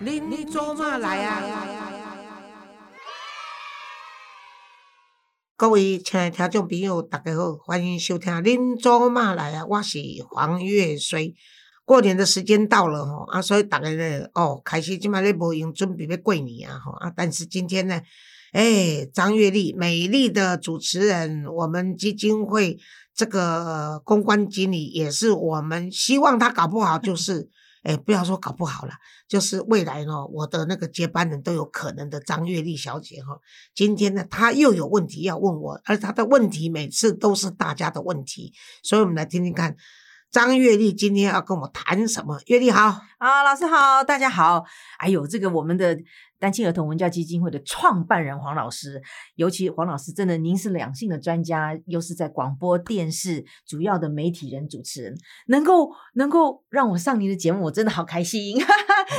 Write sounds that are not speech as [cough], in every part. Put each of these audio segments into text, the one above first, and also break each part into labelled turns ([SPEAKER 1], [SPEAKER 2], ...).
[SPEAKER 1] 您您做嘛来啊？各位亲爱的听众朋友，大家好，欢迎收听《恁做嘛来啊》，我是黄月水。过年的时间到了吼，啊，所以大家呢，哦，开始即摆咧无用准备要过年啊，吼啊，但是今天呢，哎，张月丽，美丽的主持人，我们基金会这个、呃公关经理也是我们希望他搞不好就是，哎，不要说搞不好了，就是未来呢，我的那个接班人都有可能的张月丽小姐哈、今天呢，他又有问题要问我，而他的问题每次都是大家的问题，所以我们来听听看张月丽今天要跟我谈什么。月丽好，
[SPEAKER 2] 啊，老师好，大家好。哎呦，这个我们的单亲儿童文教基金会的创办人黄老师，尤其黄老师真的，您是两性的专家，又是在广播电视主要的媒体人主持人，能够能够让我上您的节目，我真的好开心。 [laughs]
[SPEAKER 1] 嗯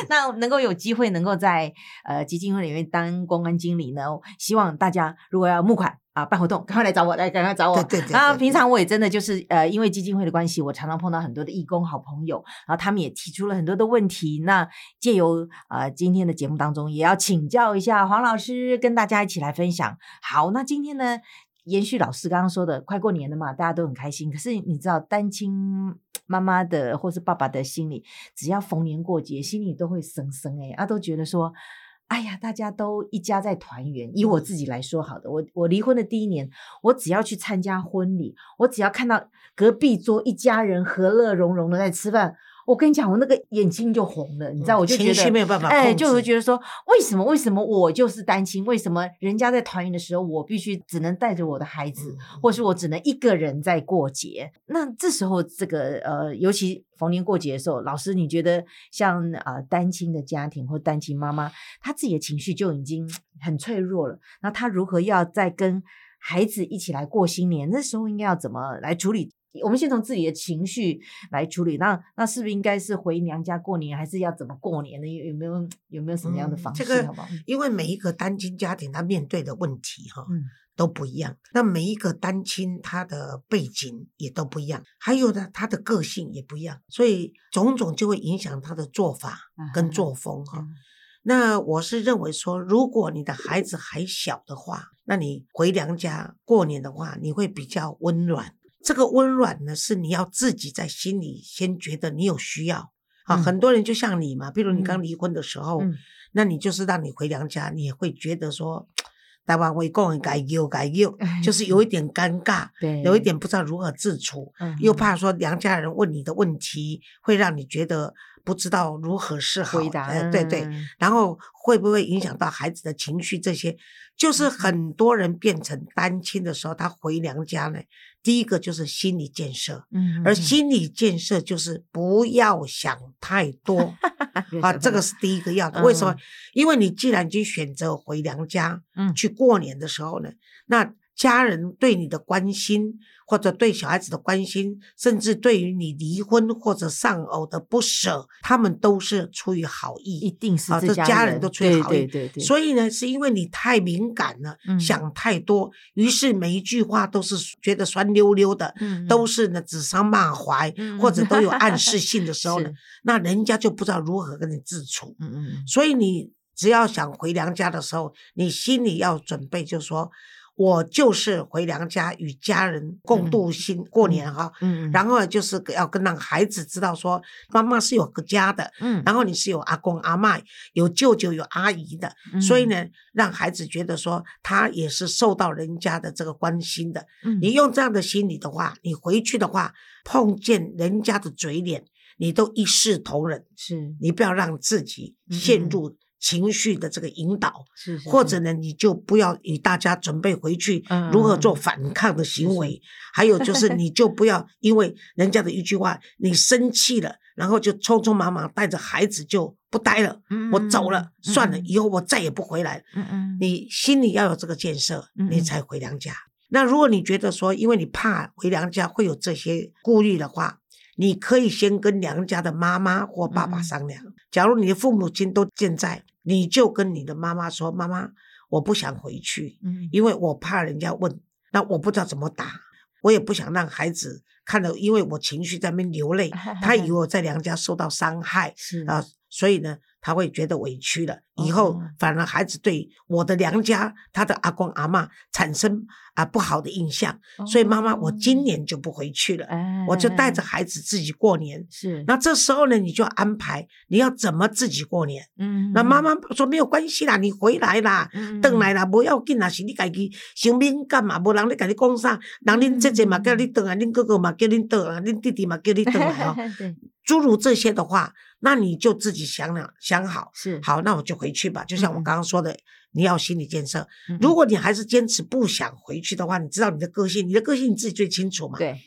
[SPEAKER 2] 那能够有机会能够在呃基金会里面当公关经理呢，希望大家如果要募款。啊，办活动，赶快来找我，来赶快找我。
[SPEAKER 1] 对对对对
[SPEAKER 2] 啊，
[SPEAKER 1] 对
[SPEAKER 2] 平常我也真的就是呃，因为基金会的关系，我常常碰到很多的义工好朋友，然后他们也提出了很多的问题。那借由呃今天的节目当中，也要请教一下黄老师，跟大家一起来分享。好，那今天呢，延续老师刚刚说的，快过年了嘛，大家都很开心。可是你知道，单亲妈妈的或是爸爸的心里，只要逢年过节，心里都会生生哎、啊，都觉得说。哎呀，大家都一家在团圆。以我自己来说，好的，我我离婚的第一年，我只要去参加婚礼，我只要看到隔壁桌一家人和乐融融的在吃饭，我跟你讲，我那个眼睛就红了，你知道，我就觉
[SPEAKER 1] 嗯情
[SPEAKER 2] 得
[SPEAKER 1] 绪没有办法控制，
[SPEAKER 2] 哎，就会觉得说，为什么为什么我就是单亲？为什么人家在团圆的时候，我必须只能带着我的孩子，或是我只能一个人在过节？那这时候，这个呃，尤其逢年过节的时候，老师，你觉得像呃单亲的家庭或单亲妈妈，她自己的情绪就已经很脆弱了，那她如何要再跟孩子一起来过新年？那时候应该要怎么来处理？我们先从自己的情绪来处理，那那是不是应该是回娘家过年，还是要怎么过年呢？有有没有有没有什么样的
[SPEAKER 1] 嗯
[SPEAKER 2] 方
[SPEAKER 1] 这
[SPEAKER 2] 式？
[SPEAKER 1] 个
[SPEAKER 2] 好不好？
[SPEAKER 1] 因为每一个单亲家庭他面对的问题哈、
[SPEAKER 2] 嗯
[SPEAKER 1] 都不一样，那每一个单亲他的背景也都不一样，还有呢他的个性也不一样，所以种种就会影响他的做法跟作风哈、
[SPEAKER 2] 嗯
[SPEAKER 1] 那我是认为说，如果你的孩子还小的话，那你回娘家过年的话，你会比较温暖。这个温暖呢，是你要自己在心里先觉得你有需要啊。
[SPEAKER 2] 嗯
[SPEAKER 1] 很多人就像你嘛，比如你
[SPEAKER 2] 嗯
[SPEAKER 1] 刚离婚的时候，
[SPEAKER 2] 嗯
[SPEAKER 1] 那你就是让你回娘家，你也会觉得说，台湾会共改又改又，
[SPEAKER 2] 哎
[SPEAKER 1] 就是有一点尴尬，
[SPEAKER 2] 对，
[SPEAKER 1] 有一点不知道如何自处。
[SPEAKER 2] 哎嗯
[SPEAKER 1] 又怕说娘家人问你的问题，会让你觉得不知道如何是好。
[SPEAKER 2] 回答，
[SPEAKER 1] 呃对对。
[SPEAKER 2] 嗯
[SPEAKER 1] 然后会不会影响到孩子的情绪？这些
[SPEAKER 2] 嗯
[SPEAKER 1] 就是很多人变成单亲的时候，他回娘家呢，第一个就是心理建设，
[SPEAKER 2] 嗯，
[SPEAKER 1] 而
[SPEAKER 2] 嗯
[SPEAKER 1] 心理建设就是不要想太
[SPEAKER 2] [laughs]
[SPEAKER 1] 多啊，这个是第一个要的。为什么
[SPEAKER 2] 嗯？
[SPEAKER 1] 因为你既然已经选择回娘家，
[SPEAKER 2] 嗯
[SPEAKER 1] 去过年的时候呢，那家人对你的关心，或者对小孩子的关心，甚至对于你离婚或者丧偶的不舍，他们都是出于好
[SPEAKER 2] 一
[SPEAKER 1] 意。
[SPEAKER 2] 定是
[SPEAKER 1] 啊
[SPEAKER 2] 自
[SPEAKER 1] 这家人
[SPEAKER 2] 人
[SPEAKER 1] 都最好
[SPEAKER 2] 对
[SPEAKER 1] 一
[SPEAKER 2] 对对对，
[SPEAKER 1] 所以呢，是因为你太敏感了，
[SPEAKER 2] 嗯
[SPEAKER 1] 想太多，于是每一句话都是觉得酸溜溜的，
[SPEAKER 2] 以
[SPEAKER 1] 都是呢指桑骂槐，
[SPEAKER 2] 嗯
[SPEAKER 1] 或者都有暗示性
[SPEAKER 2] [laughs]
[SPEAKER 1] 的时候呢
[SPEAKER 2] 是，
[SPEAKER 1] 那人家就不知道如何跟你自处。
[SPEAKER 2] 嗯嗯嗯
[SPEAKER 1] 所以你只要想回娘家的时候，你心里要准备，就说我就是回娘家与家人共度新、过年哈。
[SPEAKER 2] 嗯，
[SPEAKER 1] 然后呢，就是要跟让孩子知道说，妈妈是有个家的，
[SPEAKER 2] 嗯，
[SPEAKER 1] 然后你是有阿公阿嬷、有舅舅、有阿姨的，
[SPEAKER 2] 嗯
[SPEAKER 1] 所以，呢，让孩子觉得说他也是受到人家的这个关心的。
[SPEAKER 2] 嗯
[SPEAKER 1] 你用这样的心理的话，你回去的话，碰见人家的嘴脸，你都一视同仁。
[SPEAKER 2] 是
[SPEAKER 1] 你不要让自己陷入情绪的这个引导，
[SPEAKER 2] 嗯是是
[SPEAKER 1] 或
[SPEAKER 2] 是
[SPEAKER 1] 者呢，你就不要与大家准备回去
[SPEAKER 2] 嗯
[SPEAKER 1] 如何
[SPEAKER 2] 嗯
[SPEAKER 1] 做
[SPEAKER 2] 嗯
[SPEAKER 1] 反抗的
[SPEAKER 2] 是
[SPEAKER 1] 行为，还有就是
[SPEAKER 2] [laughs]
[SPEAKER 1] 你就不要因为人家的一句话你生气了，然后就匆匆忙忙带着孩子就不待了，我走了，
[SPEAKER 2] 嗯
[SPEAKER 1] 算了，，以后我再也不回来了。
[SPEAKER 2] 嗯嗯嗯嗯嗯，
[SPEAKER 1] 你心里要有这个建设，
[SPEAKER 2] 嗯
[SPEAKER 1] 你
[SPEAKER 2] 嗯
[SPEAKER 1] 才回娘家。那如果你觉得说，因为你怕回娘家会有这些顾虑的话，你可以先跟娘家的妈妈或爸
[SPEAKER 2] 嗯
[SPEAKER 1] 爸
[SPEAKER 2] 嗯
[SPEAKER 1] 商量。假如你的父母亲都健在，你就跟你的妈妈说：“妈妈，我不想回去，
[SPEAKER 2] 嗯
[SPEAKER 1] 因为我怕人家问，那我不知道怎么答，我也不想让孩子看到，
[SPEAKER 2] [laughs]
[SPEAKER 1] 因为我情绪在那边流泪，他以为我在娘家受到伤害。
[SPEAKER 2] 是
[SPEAKER 1] 啊，所以呢，他会觉得委屈了，以后
[SPEAKER 2] 哦
[SPEAKER 1] 反而孩子对我的娘家、他的阿公阿嬷产生啊不好的印象，所以妈妈，我今年就不回去了，
[SPEAKER 2] 哦哎
[SPEAKER 1] 我就带着孩子自己过年。
[SPEAKER 2] 是，
[SPEAKER 1] 那这时候呢，你就安排你要怎么自己过年。
[SPEAKER 2] 嗯嗯
[SPEAKER 1] 那妈妈说没有关系啦，你回来啦，回来啦，不要紧啦，是你家己想敏感嘛，无人咧甲你讲啥，人恁姐姐嘛
[SPEAKER 2] 嗯
[SPEAKER 1] 叫你回来，恁哥哥嘛叫恁回来，恁弟弟嘛叫你回来哈、哦，
[SPEAKER 2] 对，
[SPEAKER 1] 诸如这些的话，那你就自己想了想好，
[SPEAKER 2] 是，
[SPEAKER 1] 好，那我就回去吧。就像我
[SPEAKER 2] 嗯
[SPEAKER 1] 刚刚说的，你要有心理建设。
[SPEAKER 2] 嗯，
[SPEAKER 1] 如果你还是坚持不想回去的话，你知道你的个性，你的个性你自己最清楚嘛。
[SPEAKER 2] 对，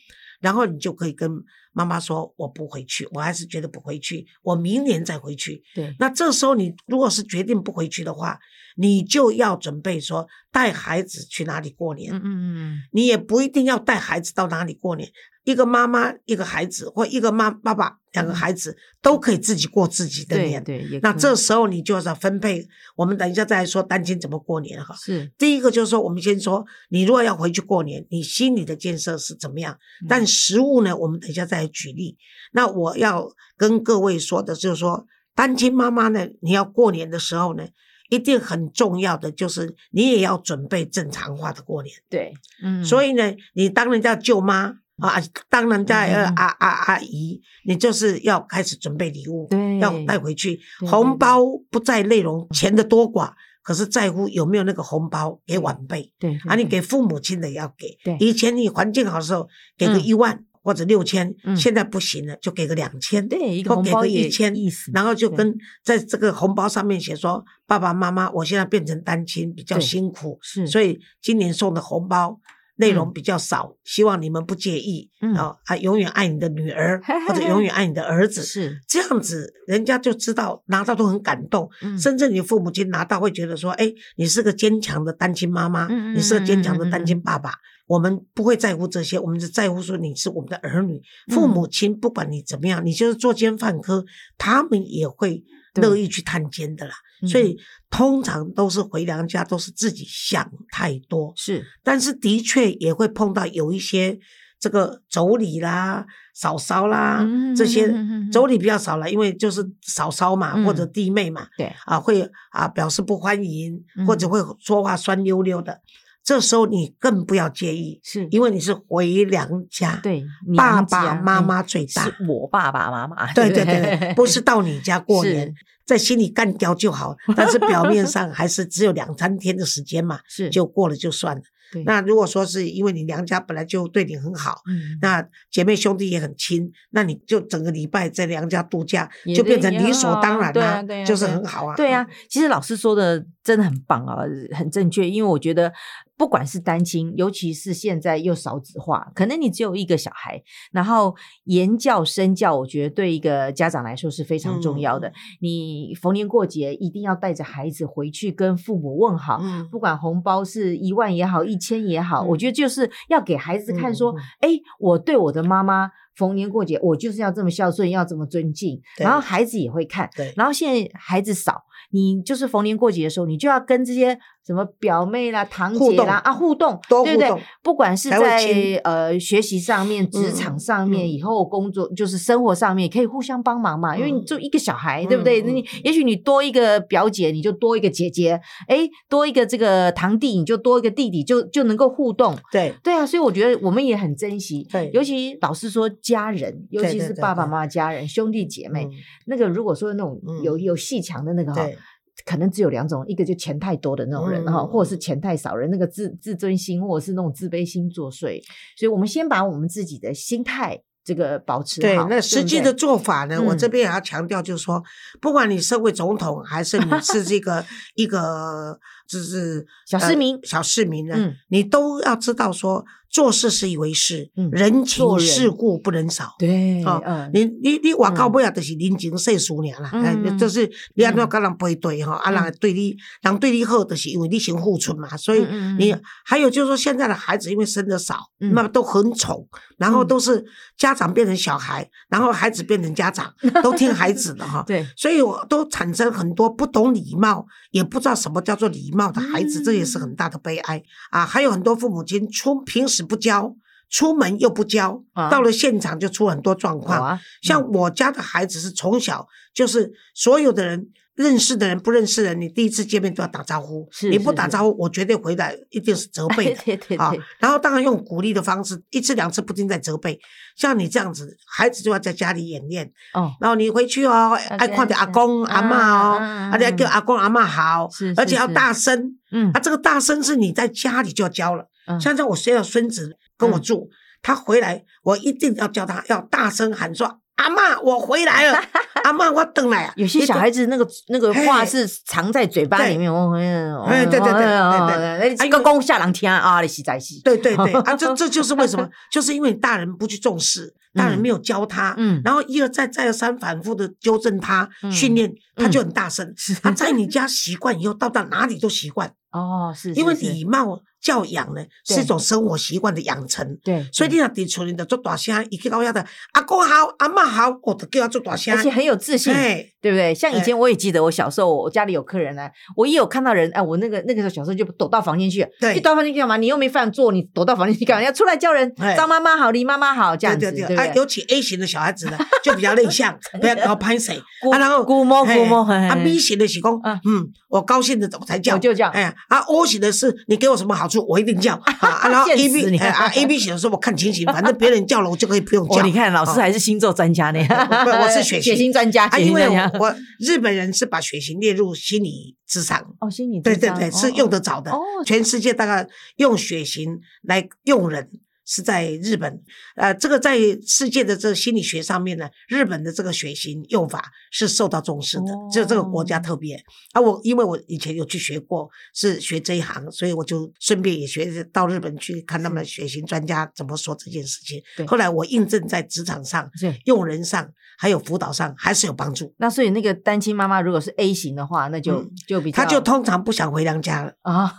[SPEAKER 1] 然后你就可以跟妈妈说：“我不回去，我还是觉得不回去，我明年再回去。”
[SPEAKER 2] 对，
[SPEAKER 1] 那这时候你如果是决定不回去的话，你就要准备说带孩子去哪里过年。
[SPEAKER 2] 嗯嗯
[SPEAKER 1] 你也不一定要带孩子到哪里过年，一个妈妈一个孩子，或一个妈爸爸两个孩子都可以自己过自己
[SPEAKER 2] 嗯，
[SPEAKER 1] 的
[SPEAKER 2] 对
[SPEAKER 1] 年。
[SPEAKER 2] 对，也
[SPEAKER 1] 那
[SPEAKER 2] 可
[SPEAKER 1] 这
[SPEAKER 2] 以
[SPEAKER 1] 时候你就是要分配，我们等一下再来说单亲怎么过年哈。
[SPEAKER 2] 是，
[SPEAKER 1] 第一个就是说，我们先说，你如果要回去过年，你心理的建设是怎么样？但
[SPEAKER 2] 嗯
[SPEAKER 1] 食物呢，我们等一下再来举例。那我要跟各位说的就是说，单亲妈妈呢，你要过年的时候呢，一定很重要的就是你也要准备正常化的过年。
[SPEAKER 2] 对，嗯，
[SPEAKER 1] 所以呢，你当人家舅妈啊，当人家呃
[SPEAKER 2] 嗯
[SPEAKER 1] 阿阿阿姨，你就是要开始准备礼物，
[SPEAKER 2] 对
[SPEAKER 1] 要带回去。
[SPEAKER 2] 对
[SPEAKER 1] 红包不在内容钱的多寡，可是在乎有没有那个红包给晚辈
[SPEAKER 2] 对对
[SPEAKER 1] 啊，你
[SPEAKER 2] 对
[SPEAKER 1] 给父母亲的也要给
[SPEAKER 2] 嗯对。
[SPEAKER 1] 以前你环境好的时候，给个
[SPEAKER 2] 嗯
[SPEAKER 1] 一万。或者六千、
[SPEAKER 2] 嗯
[SPEAKER 1] 现在不行了，就给个两千，
[SPEAKER 2] 对一个
[SPEAKER 1] 或
[SPEAKER 2] 红
[SPEAKER 1] 给
[SPEAKER 2] 包
[SPEAKER 1] 个
[SPEAKER 2] 也
[SPEAKER 1] 一千
[SPEAKER 2] 意思，
[SPEAKER 1] 然后就
[SPEAKER 2] 对
[SPEAKER 1] 跟在这个红包上面写说，爸爸妈妈，我现在变成单亲，比较
[SPEAKER 2] 对
[SPEAKER 1] 辛苦，
[SPEAKER 2] 是，
[SPEAKER 1] 所以今年送的红包内容
[SPEAKER 2] 嗯
[SPEAKER 1] 比较少，希望你们不介意。
[SPEAKER 2] 嗯
[SPEAKER 1] 哦，啊，永远爱你的女儿，或者永远爱你的儿子，
[SPEAKER 2] 是，
[SPEAKER 1] [laughs] 这样子人家就知道拿到都很感动，
[SPEAKER 2] 嗯
[SPEAKER 1] 甚至你父母亲拿到会觉得说，哎，你是个坚强的单亲妈妈，
[SPEAKER 2] 嗯嗯
[SPEAKER 1] 你是个坚强
[SPEAKER 2] 嗯嗯
[SPEAKER 1] 的
[SPEAKER 2] 嗯
[SPEAKER 1] 单亲爸爸。我们不会在乎这些，我们只在乎说你是我们的儿女，
[SPEAKER 2] 嗯
[SPEAKER 1] 父母亲不管你怎么样，你就是作奸犯科，他们也会
[SPEAKER 2] 对
[SPEAKER 1] 乐意去探监的啦。
[SPEAKER 2] 嗯
[SPEAKER 1] 所以通常都是回娘家，都是自己想太多，
[SPEAKER 2] 是，
[SPEAKER 1] 但是的确也会碰到有一些这个妯娌啦、嫂嫂啦、
[SPEAKER 2] 嗯
[SPEAKER 1] 啊这些
[SPEAKER 2] 嗯嗯嗯嗯
[SPEAKER 1] 妯娌比较少了，因为就是嫂嫂嘛、
[SPEAKER 2] 嗯
[SPEAKER 1] 或者弟妹嘛，
[SPEAKER 2] 对，
[SPEAKER 1] 啊会啊表示不欢迎，
[SPEAKER 2] 嗯
[SPEAKER 1] 或者会说话酸溜溜的，这时候你更不要介意，
[SPEAKER 2] 是，
[SPEAKER 1] 因为你是回娘家，
[SPEAKER 2] 对
[SPEAKER 1] 爸
[SPEAKER 2] 年纪
[SPEAKER 1] 爸
[SPEAKER 2] 啊
[SPEAKER 1] 妈
[SPEAKER 2] 哎
[SPEAKER 1] 妈最大。
[SPEAKER 2] 是我爸爸妈妈，
[SPEAKER 1] 对
[SPEAKER 2] 不
[SPEAKER 1] 对对，
[SPEAKER 2] [laughs]
[SPEAKER 1] 对不是到你家过
[SPEAKER 2] 是
[SPEAKER 1] 年，在心里干掉就
[SPEAKER 2] [laughs]
[SPEAKER 1] 好，但是表面上还是只有两三天的时间嘛，
[SPEAKER 2] 是
[SPEAKER 1] 就过了就算了
[SPEAKER 2] 对。
[SPEAKER 1] 那如果说是因为你娘家本来就对你很好，
[SPEAKER 2] 嗯
[SPEAKER 1] 那姐妹兄弟也很亲，那你就整个礼拜在娘家度假，
[SPEAKER 2] 也
[SPEAKER 1] 就变成
[SPEAKER 2] 也很
[SPEAKER 1] 理所当然
[SPEAKER 2] 好啊对
[SPEAKER 1] 啦、
[SPEAKER 2] 啊对啊
[SPEAKER 1] 就是
[SPEAKER 2] 对啊
[SPEAKER 1] 很好啊。
[SPEAKER 2] 对呀、其实老师说的真的很棒啊，很正确。因为我觉得，不管是单亲，尤其是现在又少子化，可能你只有一个小孩，然后言教身教，我觉得对一个家长来说是非常
[SPEAKER 1] 嗯
[SPEAKER 2] 重要的。你逢年过节一定要带着孩子回去跟父母问好。
[SPEAKER 1] 嗯，
[SPEAKER 2] 不管红包是一万也好，一千也好，
[SPEAKER 1] 嗯
[SPEAKER 2] 我觉得就是要给孩子看说
[SPEAKER 1] 嗯嗯，
[SPEAKER 2] 哎、我对我的妈妈逢年过节，我就是要这么孝顺，要这么尊敬，
[SPEAKER 1] 对
[SPEAKER 2] 然后孩子也会看。
[SPEAKER 1] 对，
[SPEAKER 2] 然后现在孩子少，你就是逢年过节的时候，你就要跟这些什么表妹啦、堂
[SPEAKER 1] 互
[SPEAKER 2] 姐
[SPEAKER 1] 动
[SPEAKER 2] 啦啊互动，
[SPEAKER 1] 多
[SPEAKER 2] 对
[SPEAKER 1] 互
[SPEAKER 2] 不对
[SPEAKER 1] 动？
[SPEAKER 2] 不管是
[SPEAKER 1] 才会
[SPEAKER 2] 在
[SPEAKER 1] 亲
[SPEAKER 2] 呃学习上面、职场上面、
[SPEAKER 1] 嗯
[SPEAKER 2] 以后工作就是生活上面，可以互相帮忙嘛。因为你
[SPEAKER 1] 嗯
[SPEAKER 2] 就一个小孩，对不对？
[SPEAKER 1] 嗯
[SPEAKER 2] 那
[SPEAKER 1] 嗯
[SPEAKER 2] 你也许你多一个表姐，你就多一个姐姐；哎，多一个这个堂弟，你就多一个弟弟，就就能够互动。
[SPEAKER 1] 对
[SPEAKER 2] 对啊，所以我觉得我们也很珍惜。
[SPEAKER 1] 对，
[SPEAKER 2] 尤其老师说家人，尤
[SPEAKER 1] 对
[SPEAKER 2] 其
[SPEAKER 1] 对
[SPEAKER 2] 是
[SPEAKER 1] 对
[SPEAKER 2] 爸爸
[SPEAKER 1] 对
[SPEAKER 2] 妈妈、家人、兄弟姐妹，
[SPEAKER 1] 嗯
[SPEAKER 2] 那个如果说那种
[SPEAKER 1] 嗯
[SPEAKER 2] 有有细强的那个哈、
[SPEAKER 1] 对
[SPEAKER 2] 可能只有两种，一个就钱太多的那种人哈、
[SPEAKER 1] 嗯
[SPEAKER 2] 或者是钱太少人，那个自自尊心或者是那种自卑心作祟。所以我们先把我们自己的心态这个保持
[SPEAKER 1] 对，
[SPEAKER 2] 好
[SPEAKER 1] 那实际的
[SPEAKER 2] 对
[SPEAKER 1] 做法呢，我这
[SPEAKER 2] 嗯
[SPEAKER 1] 边也要强调，就是说，不管你身为总统，还是你是这
[SPEAKER 2] [laughs]
[SPEAKER 1] 个一个就是
[SPEAKER 2] 小市
[SPEAKER 1] 呃
[SPEAKER 2] 民
[SPEAKER 1] 小市民呢，
[SPEAKER 2] 嗯
[SPEAKER 1] 你都要知道说，做事是一回事，
[SPEAKER 2] 嗯
[SPEAKER 1] 人情
[SPEAKER 2] 做人
[SPEAKER 1] 世故不能少
[SPEAKER 2] 不。对对，
[SPEAKER 1] 哦
[SPEAKER 2] 嗯，
[SPEAKER 1] 你你你外到
[SPEAKER 2] 嗯
[SPEAKER 1] 尾啊，就是人情世事尔啦，哎
[SPEAKER 2] 嗯
[SPEAKER 1] 就是你安怎
[SPEAKER 2] 嗯
[SPEAKER 1] 跟人配对吼，啊，
[SPEAKER 2] 嗯
[SPEAKER 1] 人会对你，人对你好，就是因为你先付出嘛，所以
[SPEAKER 2] 嗯嗯嗯
[SPEAKER 1] 你还有就是说，现在的孩子因为生的少，
[SPEAKER 2] 嗯
[SPEAKER 1] 那么都很宠，然后
[SPEAKER 2] 嗯。
[SPEAKER 1] 都是家长变成小孩，然后孩子变成家长，都听孩子的哈
[SPEAKER 2] 对
[SPEAKER 1] 所以我都产生很多不懂礼貌，也不知道什么叫做礼貌的孩子，这也是
[SPEAKER 2] 嗯
[SPEAKER 1] 很大的悲哀啊！还有很多父母亲出平时不教，出门又不教，
[SPEAKER 2] 啊
[SPEAKER 1] 到了现场就出很多状
[SPEAKER 2] 好
[SPEAKER 1] 况。
[SPEAKER 2] 啊，
[SPEAKER 1] 像我家的孩子是从小就是所有的人认识的人不认识的人，你第一次见面都要打招呼，
[SPEAKER 2] 是
[SPEAKER 1] 你不
[SPEAKER 2] 是
[SPEAKER 1] 打
[SPEAKER 2] 是
[SPEAKER 1] 招呼，我绝对回来一定是责备
[SPEAKER 2] [laughs] 对
[SPEAKER 1] 的。
[SPEAKER 2] 对对
[SPEAKER 1] 啊
[SPEAKER 2] 对，
[SPEAKER 1] 然后当然用鼓励的方式，一次两次不停在责备，像你这样子，孩子就要在家里演练，
[SPEAKER 2] 哦，
[SPEAKER 1] 然后你回去哦，爱看
[SPEAKER 2] 对
[SPEAKER 1] 着阿公
[SPEAKER 2] 对
[SPEAKER 1] 阿妈哦，
[SPEAKER 2] 嗯嗯嗯
[SPEAKER 1] 啊，你要叫
[SPEAKER 2] 嗯
[SPEAKER 1] 阿公阿妈好
[SPEAKER 2] 是，
[SPEAKER 1] 而
[SPEAKER 2] 是
[SPEAKER 1] 且要
[SPEAKER 2] 是
[SPEAKER 1] 大声，
[SPEAKER 2] 嗯
[SPEAKER 1] 啊，这个大声是你在家里就要教了。
[SPEAKER 2] 嗯
[SPEAKER 1] 像在我虽然孙子跟我
[SPEAKER 2] 嗯
[SPEAKER 1] 住，他回来我一定要叫他要大声喊说：“阿妈，我回来了，阿妈，我等
[SPEAKER 2] [laughs]
[SPEAKER 1] 来啊。”
[SPEAKER 2] 有些小孩子那个那个话
[SPEAKER 1] 嘿
[SPEAKER 2] 是藏在嘴巴里面，哦我
[SPEAKER 1] 哎对对对对
[SPEAKER 2] 对
[SPEAKER 1] 啊因为
[SPEAKER 2] 公公下人听啊，你实在是，
[SPEAKER 1] 对对对，啊，
[SPEAKER 2] [laughs]
[SPEAKER 1] 这这就是为什么，就是因为你大人不去重视，大人
[SPEAKER 2] 嗯
[SPEAKER 1] 没有教他，
[SPEAKER 2] 嗯
[SPEAKER 1] 然后一而再再而三反复的纠正他、
[SPEAKER 2] 嗯
[SPEAKER 1] 训练，他
[SPEAKER 2] 嗯
[SPEAKER 1] 就很大
[SPEAKER 2] [laughs]
[SPEAKER 1] 声。他在你家习惯以后，到到哪里都习惯，
[SPEAKER 2] 哦，是，
[SPEAKER 1] 因为
[SPEAKER 2] 是是
[SPEAKER 1] 礼貌教养呢
[SPEAKER 2] 对
[SPEAKER 1] 是一种生活习惯的养成。
[SPEAKER 2] 对，
[SPEAKER 1] 所以你
[SPEAKER 2] 对
[SPEAKER 1] 若伫厝里头做大声，伊去到遐的阿公好，阿嬷好，我就叫他做大声
[SPEAKER 2] 而。且很有自信。
[SPEAKER 1] 哎，
[SPEAKER 2] 对不对？像以
[SPEAKER 1] 哎
[SPEAKER 2] 前我也记得，我小时候我家里有客人来，我也有看到人，哎，我那个那个时候小时候就躲到房间去，啊
[SPEAKER 1] 对
[SPEAKER 2] 一躲到房间去干嘛？你又没饭做，你躲到房间去干嘛？要出来叫人，
[SPEAKER 1] 哎
[SPEAKER 2] 张妈妈好，李妈妈好，这样
[SPEAKER 1] 对
[SPEAKER 2] 子，
[SPEAKER 1] 对
[SPEAKER 2] 对
[SPEAKER 1] 对，
[SPEAKER 2] 不
[SPEAKER 1] 啊，
[SPEAKER 2] 对？
[SPEAKER 1] 尤其 A 型的小孩子呢，就比较内
[SPEAKER 2] [laughs]
[SPEAKER 1] 向，比较搞拍谁，
[SPEAKER 2] 估
[SPEAKER 1] 啊，然后
[SPEAKER 2] 估摸
[SPEAKER 1] 嘿
[SPEAKER 2] 估摸，
[SPEAKER 1] 啊
[SPEAKER 2] 嘿
[SPEAKER 1] ，B 型的是讲，
[SPEAKER 2] 啊
[SPEAKER 1] 嗯，我高兴的我才叫，
[SPEAKER 2] 我就叫
[SPEAKER 1] 哎呀，啊，O 型的是你给我什么好处，我一定
[SPEAKER 2] [laughs]
[SPEAKER 1] 叫啊啊，然后 A
[SPEAKER 2] 现实
[SPEAKER 1] B
[SPEAKER 2] 你
[SPEAKER 1] 哎
[SPEAKER 2] [laughs]
[SPEAKER 1] 啊 A B 型的是我看情形，反正别人叫了我就可以不用
[SPEAKER 2] 哦，
[SPEAKER 1] 叫。
[SPEAKER 2] 你看老师还是星座专家呢，
[SPEAKER 1] 不 [laughs] 我是血型
[SPEAKER 2] [laughs] 血型专家，
[SPEAKER 1] 啊，
[SPEAKER 2] 血
[SPEAKER 1] 因
[SPEAKER 2] 型
[SPEAKER 1] 为
[SPEAKER 2] 专
[SPEAKER 1] 我
[SPEAKER 2] 家。
[SPEAKER 1] 我日本人是把血型列入心理智商，
[SPEAKER 2] 哦，心理
[SPEAKER 1] 对
[SPEAKER 2] 智
[SPEAKER 1] 对
[SPEAKER 2] 商
[SPEAKER 1] 对，
[SPEAKER 2] 哦
[SPEAKER 1] 是
[SPEAKER 2] 哦
[SPEAKER 1] 用得着的
[SPEAKER 2] 哦。
[SPEAKER 1] 全世界大概用血型来用人。是在日本，呃，这个在世界的这个心理学上面呢，日本的这个血型用法是受到重视的，只有这个国家
[SPEAKER 2] 哦
[SPEAKER 1] 特别。啊，我因为我以前有去学过，是学这一行，所以我就顺便也学到日本去看他们的血型专家怎么说这件事情
[SPEAKER 2] 对。
[SPEAKER 1] 后来我印证在职场上、
[SPEAKER 2] 对。
[SPEAKER 1] 用人上，还有辅导上，还是有帮助。
[SPEAKER 2] 那所以那个单亲妈妈如果是 A 型的话，那就、
[SPEAKER 1] 嗯
[SPEAKER 2] 就比较
[SPEAKER 1] 他就通常不想回娘家了。
[SPEAKER 2] 啊，